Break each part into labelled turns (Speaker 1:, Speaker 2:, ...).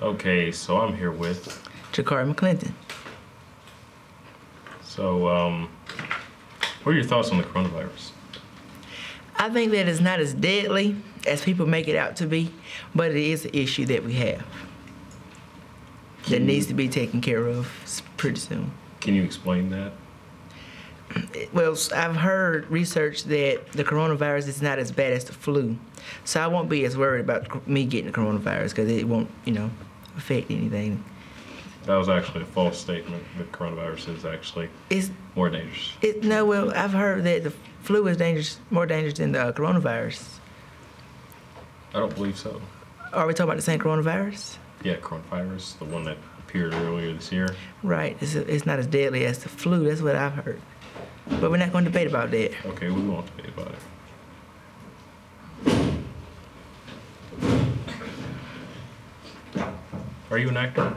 Speaker 1: Okay, so I'm here with.
Speaker 2: Jakari McClinton.
Speaker 1: So, um, what are your thoughts on the coronavirus?
Speaker 2: I think that it's not as deadly as people make it out to be, but it is an issue that we have that needs to be taken care of s- pretty soon.
Speaker 1: Can you explain that?
Speaker 2: Well, s- I've heard research that the coronavirus is not as bad as the flu, so I won't be as worried about cr- me getting the coronavirus because it won't, you know, affect anything.
Speaker 1: That was actually a false statement. The coronavirus is actually
Speaker 2: It's
Speaker 1: more dangerous.
Speaker 2: it no. Well, I've heard that the flu is dangerous, more dangerous than the uh, coronavirus.
Speaker 1: I don't believe so.
Speaker 2: Are we talking about the same coronavirus?
Speaker 1: Yeah, coronavirus, the one that appeared earlier this year.
Speaker 2: Right. It's, it's not as deadly as the flu. That's what I've heard. But we're not going to debate about that.
Speaker 1: Okay, we won't debate about it. Are you an actor?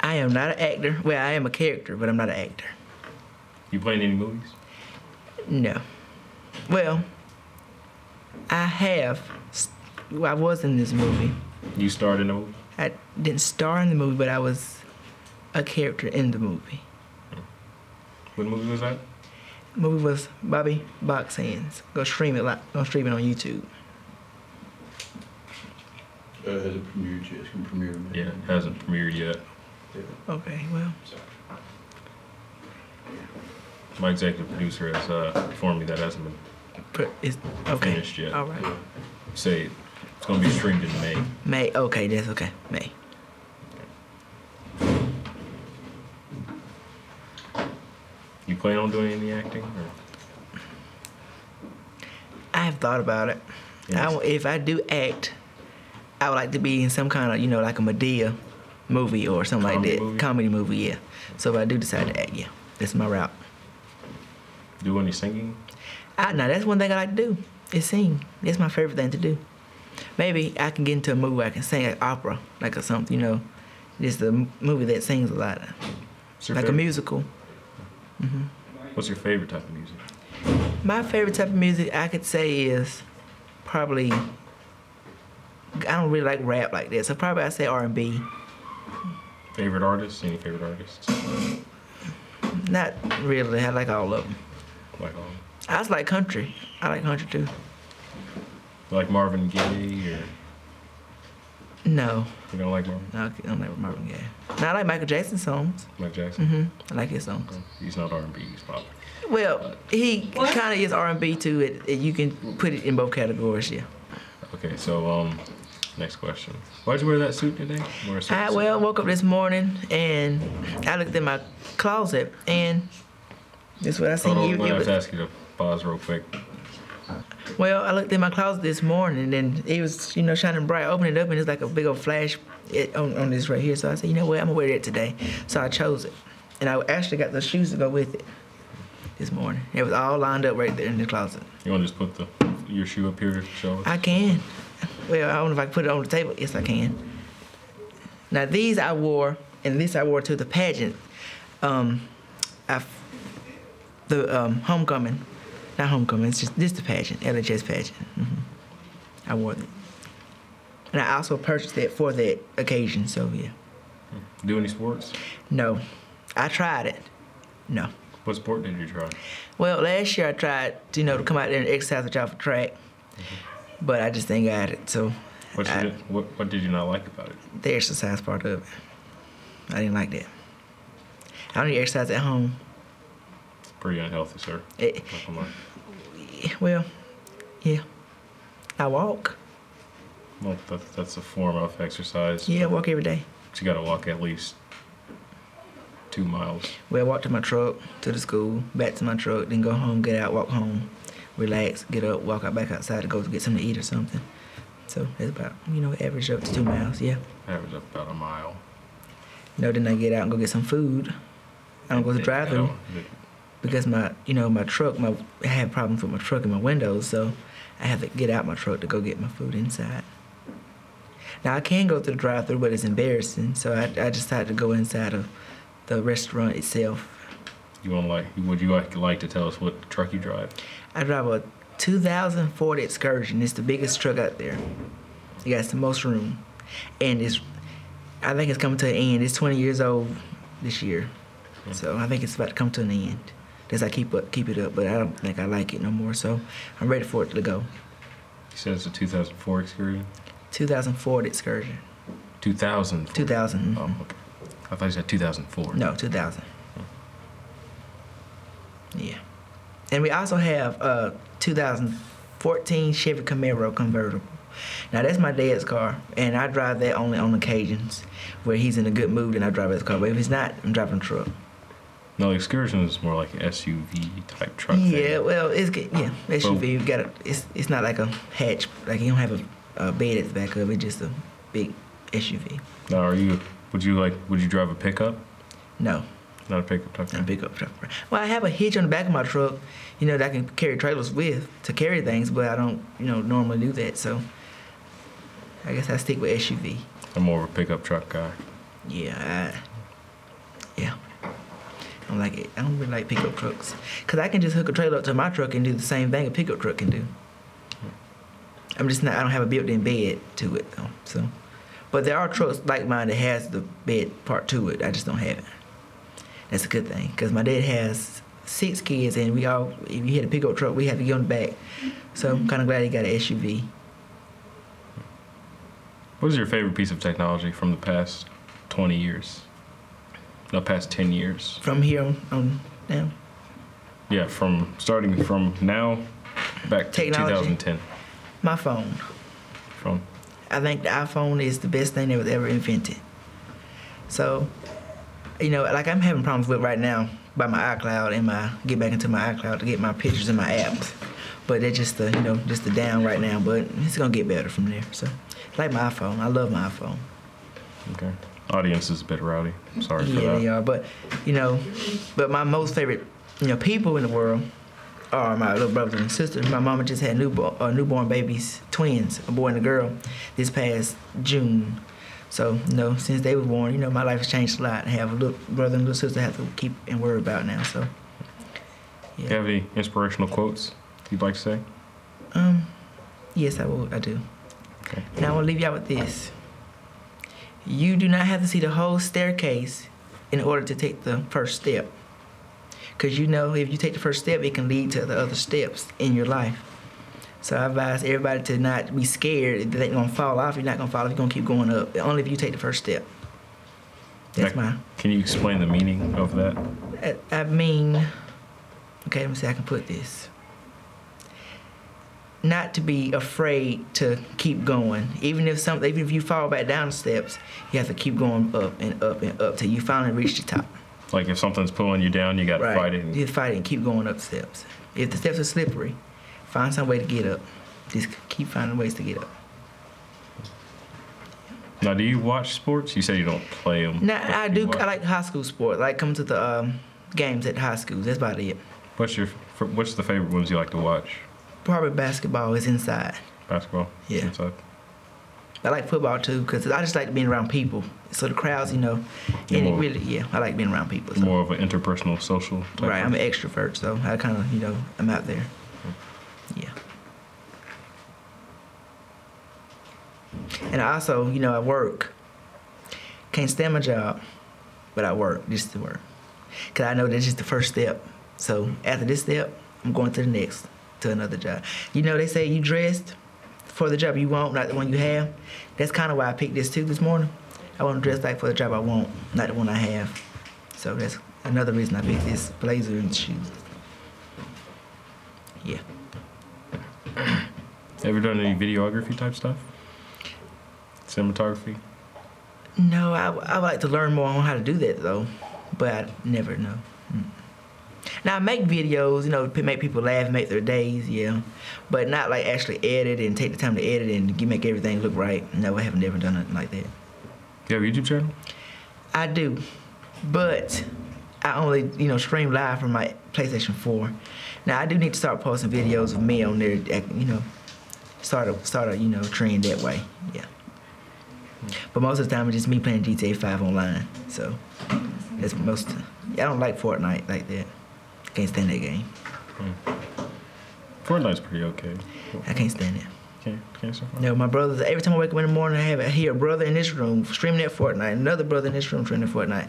Speaker 2: I am not an actor. Well, I am a character, but I'm not an actor.
Speaker 1: You play in any movies?
Speaker 2: No. Well, I have. s- well, I was in this movie.
Speaker 1: You starred in a movie?
Speaker 2: I didn't star in the movie, but I was a character in the movie.
Speaker 1: What movie was that?
Speaker 2: The movie was Bobby Box Hands. Go stream it. li- Go stream it on YouTube.
Speaker 3: Uh, has it premiered yet? It's gonna premiere. in May.
Speaker 1: Yeah, it hasn't premiered yet.
Speaker 3: Yeah.
Speaker 2: Okay. Well,
Speaker 1: My executive producer has uh, informed me that hasn't been
Speaker 2: but it's okay.
Speaker 1: finished yet.
Speaker 2: All right.
Speaker 1: Say it's going to be streamed in May.
Speaker 2: May. Okay. That's okay. May.
Speaker 1: You plan on doing any acting? Or?
Speaker 2: I have thought about it. I w if I do act, I would like to be in some kind of, you know, like a Medea movie or something
Speaker 1: Comedy
Speaker 2: like that.
Speaker 1: movie?
Speaker 2: Comedy movie, yeah. So if I do decide to act, yeah, that's my route.
Speaker 1: Do any singing?
Speaker 2: I know that's one thing I like to do is sing. That's my favorite thing to do. Maybe I can get into a movie where I can sing like opera, like a something, you know, just a m- movie that sings a lot,
Speaker 1: What's your
Speaker 2: like a
Speaker 1: favorite-
Speaker 2: musical.
Speaker 1: What's your favorite type of music?
Speaker 2: My favorite type of music I could say is probably I don't really like rap like that, so probably I say R and B.
Speaker 1: Favorite artists? Any favorite artists?
Speaker 2: Not really. I like all of them.
Speaker 1: Like um,
Speaker 2: I just like country. I like country too.
Speaker 1: like Marvin Gaye or
Speaker 2: No,
Speaker 1: you don't like Marvin?
Speaker 2: no, I don't like Marvin Gaye. Now I like Michael Jackson songs.
Speaker 1: Mike Jackson?
Speaker 2: hmm I like his songs.
Speaker 1: He's not R&B. He's pop.
Speaker 2: Well, he kind of is R and B too. It, it- you can put it in both categories. Yeah.
Speaker 1: Okay, so um, next question. Why'd you wear that suit today? Wear a suit,
Speaker 2: I
Speaker 1: suit.
Speaker 2: well woke up this morning and I looked in my closet and this is what I
Speaker 1: Hold
Speaker 2: seen.
Speaker 1: on,
Speaker 2: You-
Speaker 1: I'm gonna
Speaker 2: you
Speaker 1: have
Speaker 2: was-
Speaker 1: to ask you to pause real quick.
Speaker 2: Well, I looked in my closet this morning and it was, you know, shining bright. I opened it up and it's like a big old flash it, on, on this right here. So I said, you know what, I'm gonna wear that today. So I chose it. And I actually got the shoes to go with it this morning. It was all lined up right there in the closet.
Speaker 1: You wanna just put the your shoe up here to show us?
Speaker 2: I can. Well, I don't know if I can put it on the table. Yes, I can. Now, these I wore, and this I wore to the pageant. Um, I f the um, homecoming, not homecoming, it's just this the pageant, LHS pageant. hmm I wore it. And I also purchased it for that occasion, so yeah.
Speaker 1: Do any sports?
Speaker 2: No, I tried it. No.
Speaker 1: What sport did you try?
Speaker 2: Well, last year I tried, you know, to come out there and exercise with y'all for track, but I just ain't got it, so.
Speaker 1: What you
Speaker 2: I-
Speaker 1: did, what what did you not like about it?
Speaker 2: the exercise part of it. I didn't like that. I don't need exercise at home.
Speaker 1: It's pretty unhealthy, sir.
Speaker 2: It,
Speaker 1: Like, I'm like,
Speaker 2: well, yeah. I walk.
Speaker 1: well, that's, that's a form of exercise.
Speaker 2: Yeah, I walk every day.
Speaker 1: But you gotta walk at least two miles.
Speaker 2: Well, I walk to my truck, to the school, back to my truck, then go home, get out, walk home, relax, get up, walk out back outside to go get something to eat or something. So that's about, you know, average up to two miles, yeah.
Speaker 1: Average up about a mile.
Speaker 2: No, then I get out and go get some food. I don't go to the
Speaker 1: And- and
Speaker 2: drive
Speaker 1: I
Speaker 2: through
Speaker 1: don't-
Speaker 2: because my, you know, my truck, my I had problems with my truck and my windows, so I had to get out my truck to go get my food inside. Now I can go through the drive-through, but it's embarrassing, so I, I decided to go inside of the restaurant itself.
Speaker 1: You want like? Would you like, like to tell us what truck you drive?
Speaker 2: I drive a 2004 Excursion. It's the biggest truck out there. It got the most room, and it's I think it's coming to an end. It's 20 years old this year, so I think it's about to come to an end. As I keep up, keep it up, but I don't think I like it no more. So I'm ready for it to go.
Speaker 1: You said it's a 2004 excursion?
Speaker 2: 2004 excursion.
Speaker 1: 2000.
Speaker 2: 2000.
Speaker 1: Oh, okay. I thought you said 2004.
Speaker 2: No, 2000. Yeah. And we also have uh, a 2014 Chevy Camaro convertible. Now, that's my dad's car, and I drive that only on occasions where he's in a good mood and I drive his car. But if he's not, I'm driving a truck.
Speaker 1: No, excursion is more like an SUV type truck.
Speaker 2: yeah,
Speaker 1: Thing.
Speaker 2: well, it's good. Yeah, SUV. You got a, it's, it's not like a hatch, like you don't have a, a bed at the back of it, just a big SUV.
Speaker 1: Now, are you? Would you like? Would you drive a pickup?
Speaker 2: No,
Speaker 1: Not a pickup truck.
Speaker 2: a pickup truck. Well, I have a hitch on the back of my truck, you know, that I can carry trailers with to carry things, but I don't, you know, normally do that. So I guess I stick with SUV.
Speaker 1: I'm more of a pickup truck guy.
Speaker 2: Yeah, I, yeah. I don't like it. I don't really like pickup trucks because I can just hook a trailer up to my truck and do the same thing a pickup truck can do. I'm just not. I don't have a built-in bed to it though. So, but there are trucks like mine that has the bed part to it. I just don't have it. That's a good thing because my dad has six kids and we all. If you had a pickup truck, we had to get on the back. So I'm kind of glad he got an SUV.
Speaker 1: What is your favorite piece of technology from the past 20 years? No, past 10 years.
Speaker 2: From here on, on down,
Speaker 1: Yeah, from starting from now back to
Speaker 2: Technology.
Speaker 1: 2010.
Speaker 2: my phone.
Speaker 1: From
Speaker 2: I think the iPhone is the best thing that was ever invented. So, you know, like I'm having problems with right now by my iCloud and my get back into my iCloud to get my pictures and my apps. But they're just the you know just the down right now. But it's gonna get better from there. So, like my iPhone, I love my iPhone.
Speaker 1: okay, audience is a bit rowdy. Sorry for
Speaker 2: Yeah,
Speaker 1: that.
Speaker 2: they are. But you know, but my most favorite, you know, people in the world are my little brothers and sisters. My mama just had newborn uh, newborn babies, twins, a boy and a girl, this past June. So you know, since they were born, you know, my life has changed a lot. I have a little brother and little sister I have to keep and worry about now. So,
Speaker 1: Do you have any inspirational quotes you'd like to say?
Speaker 2: um, yes, I will. I do.
Speaker 1: Okay.
Speaker 2: And I will leave y'all with this. You do not have to see the whole staircase in order to take the first step. Because you know, if you take the first step, it can lead to the other steps in your life. So I advise everybody to not be scared that they're going to fall off. You're not going to fall off. You're going to keep going up. Only if you take the first step. That's
Speaker 1: Like-
Speaker 2: my.
Speaker 1: Can you explain the meaning of that?
Speaker 2: I- I mean, okay, let me see. how I can put this. Not to be afraid to keep going, even if something, even if you fall back down steps, you have to keep going up and up and up till you finally reach the top.
Speaker 1: Like if something's pulling you down, you gotta fight it.
Speaker 2: You fight it and keep going up steps. If the steps are slippery, find some way to get up. Just keep finding ways to get up.
Speaker 1: Now, do you watch sports? You say you don't play them.
Speaker 2: Now I do. I like high school sport. I like coming to the um, games at high schools. That's about it.
Speaker 1: What's your? f- What's the favorite ones you like to watch?
Speaker 2: Probably basketball is inside.
Speaker 1: Basketball.
Speaker 2: Yeah.
Speaker 1: Inside?
Speaker 2: I like football too because I just like being around people. So the crowds, you know,
Speaker 1: You're
Speaker 2: and it
Speaker 1: more-
Speaker 2: really, yeah, I like being around people. So.
Speaker 1: More of an interpersonal, social. Type
Speaker 2: Right, I'm
Speaker 1: person.
Speaker 2: an extrovert, so I kind of, you know, I'm out there. Yeah. And I also, you know, I work. Can't stand my job, but I work just to work. Because I know that's just the first step. So after this step, I'm going to the next, to another job. You know, they say you dressed for the job you want, not the one you have. That's kind of why I picked this too this morning. I want to dress like for the job I want, not the one I have. So that's another reason I picked this blazer and shoes. Yeah.
Speaker 1: Ever done any videography type stuff? Cinematography.
Speaker 2: No, I, I would like to learn more on how to do that though, but I never know. Mm. Now I make videos, you know, to make people laugh, make their days, yeah, but not like actually edit and take the time to edit and get- make everything look right. No, I have never done nothing like that.
Speaker 1: You have a YouTube channel?
Speaker 2: I do, but I only you know stream live from my PlayStation 4. Now I do need to start posting videos of me on there. that, You know, start a start a you know trend that way. Yeah. But most of the time it's just me playing GTA 5 online. So that's most. I don't like Fortnite like that. Can't stand that game.
Speaker 1: Fortnite's pretty okay.
Speaker 2: I can't stand it.
Speaker 1: Can't, can't survive.
Speaker 2: You know, my brothers, every time I wake up in the morning, I have I hear a brother in this room streaming at Fortnite, another brother in this room streaming at Fortnite.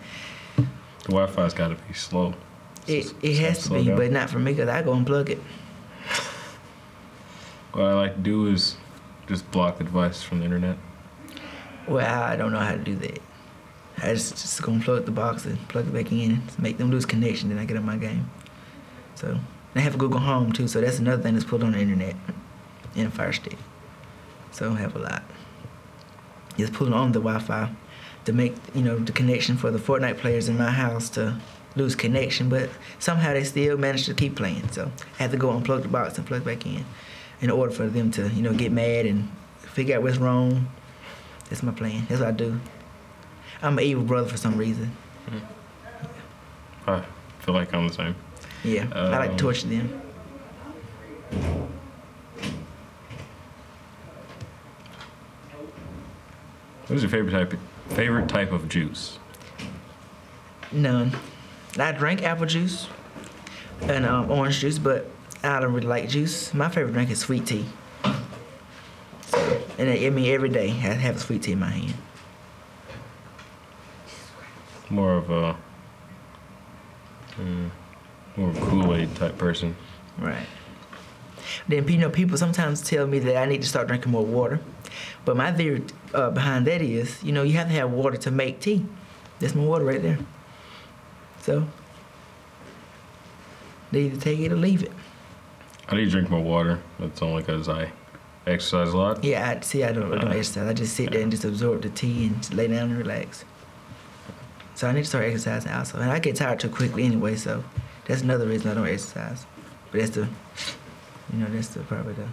Speaker 1: The Wi-Fi's got to be slow.
Speaker 2: It, it has to
Speaker 1: Slow
Speaker 2: be,
Speaker 1: down.
Speaker 2: but not for me because I go and plug it.
Speaker 1: What I like to do is just block the device from the internet.
Speaker 2: Well, I don't know how to do that. I just, just go and plug the box and plug it back in, make them lose connection, then I get on my game. So, and I have a Google Home too, so that's another thing that's put on the internet and a Fire Stick. So I don't have a lot. Just pulling on the Wi Fi to make, you know, the connection for the Fortnite players in my house to lose connection, but somehow they still manage to keep playing. So I had to go unplug the box and plug back in in order for them to, you know, get mad and figure out what's wrong. That's my plan. That's what I do. I'm an evil brother for some reason.
Speaker 1: I feel like I'm the same.
Speaker 2: Yeah, I like to
Speaker 1: Um,
Speaker 2: torture them.
Speaker 1: What is your favorite type? Of, favorite type of juice?
Speaker 2: None. I drink apple juice and um, orange juice, but I don't really like juice. My favorite drink is sweet tea. So, and I, I mean, every day I have a sweet tea in my hand.
Speaker 1: More of a mm, more of a Kool-Aid type person.
Speaker 2: Right. Then you know, people sometimes tell me that I need to start drinking more water, but my theory uh, behind that is, you know, you have to have water to make tea. That's my water right there. So they either take it or leave it.
Speaker 1: I need to drink more water. That's only because I exercise a lot.
Speaker 2: Yeah, I see. I don't, I don't exercise. I just sit there and just absorb the tea and just lay down and relax. So I need to start exercising also, and I get tired too quickly anyway. So that's another reason I don't exercise. But that's the, you know, that's the probably the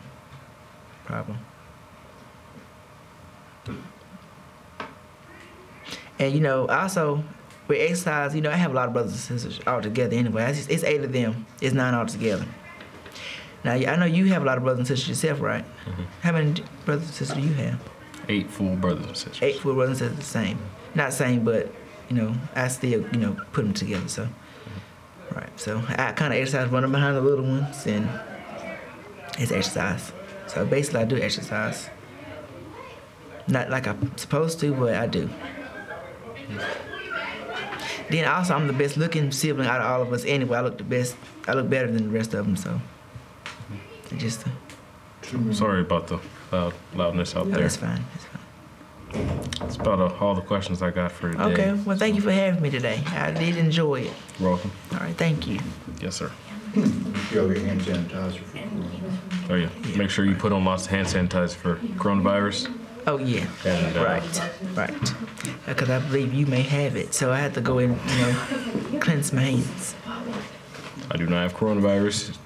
Speaker 2: problem. And you know, also with exercise, you know, I have a lot of brothers and sisters all together anyway. I just, it's eight of them. It's nine all together. Now I know you have a lot of brothers and sisters yourself, right? How many brothers and sisters do you have?
Speaker 1: Eight full brothers and sisters.
Speaker 2: Eight full brothers and sisters, same. Not same, but you know, I still you know put them together. So, right. So I kind of exercise running behind the little ones, and it's exercise. So basically, I do exercise. Not like I'm supposed to, but I do. Then also, I'm the best looking sibling out of all of us. Anyway, I look the best. I look better than the rest of them. So, it just. Uh,
Speaker 1: I'm sorry about the loud, loudness out
Speaker 2: Oh,
Speaker 1: there.
Speaker 2: that's fine. That's fine.
Speaker 1: That's about uh, all the questions I got for today.
Speaker 2: Okay. Well, thank you for having me today. I did enjoy it.
Speaker 1: You're welcome.
Speaker 2: All right. Thank you.
Speaker 1: Yes, sir.
Speaker 3: You have your hand sanitizer for chlorine.
Speaker 1: Oh yeah. Make sure you put on lots of hand sanitizer for coronavirus.
Speaker 2: Oh yeah.
Speaker 1: And, uh,
Speaker 2: Right. Right. Because I believe you may have it, so I had to go and you know cleanse my hands.
Speaker 1: I do not have coronavirus.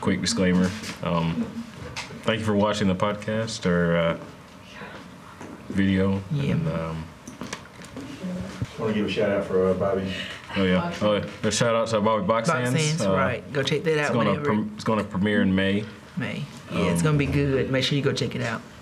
Speaker 1: Quick disclaimer. Um, thank you for watching the podcast or uh, video.
Speaker 2: Yeah.
Speaker 1: And, um,
Speaker 3: I want to give a shout out for uh, Bobby.
Speaker 1: oh yeah. Oh, yeah. A shout out to Bobby Box
Speaker 2: Box
Speaker 1: Hands.
Speaker 2: hands.
Speaker 1: Uh,
Speaker 2: right. Go check that
Speaker 1: It's
Speaker 2: out
Speaker 1: gonna um,
Speaker 2: whenever
Speaker 1: pre- it's gonna premiere in May.
Speaker 2: it may. Yeah, it's gonna be good. Make sure you go check it out.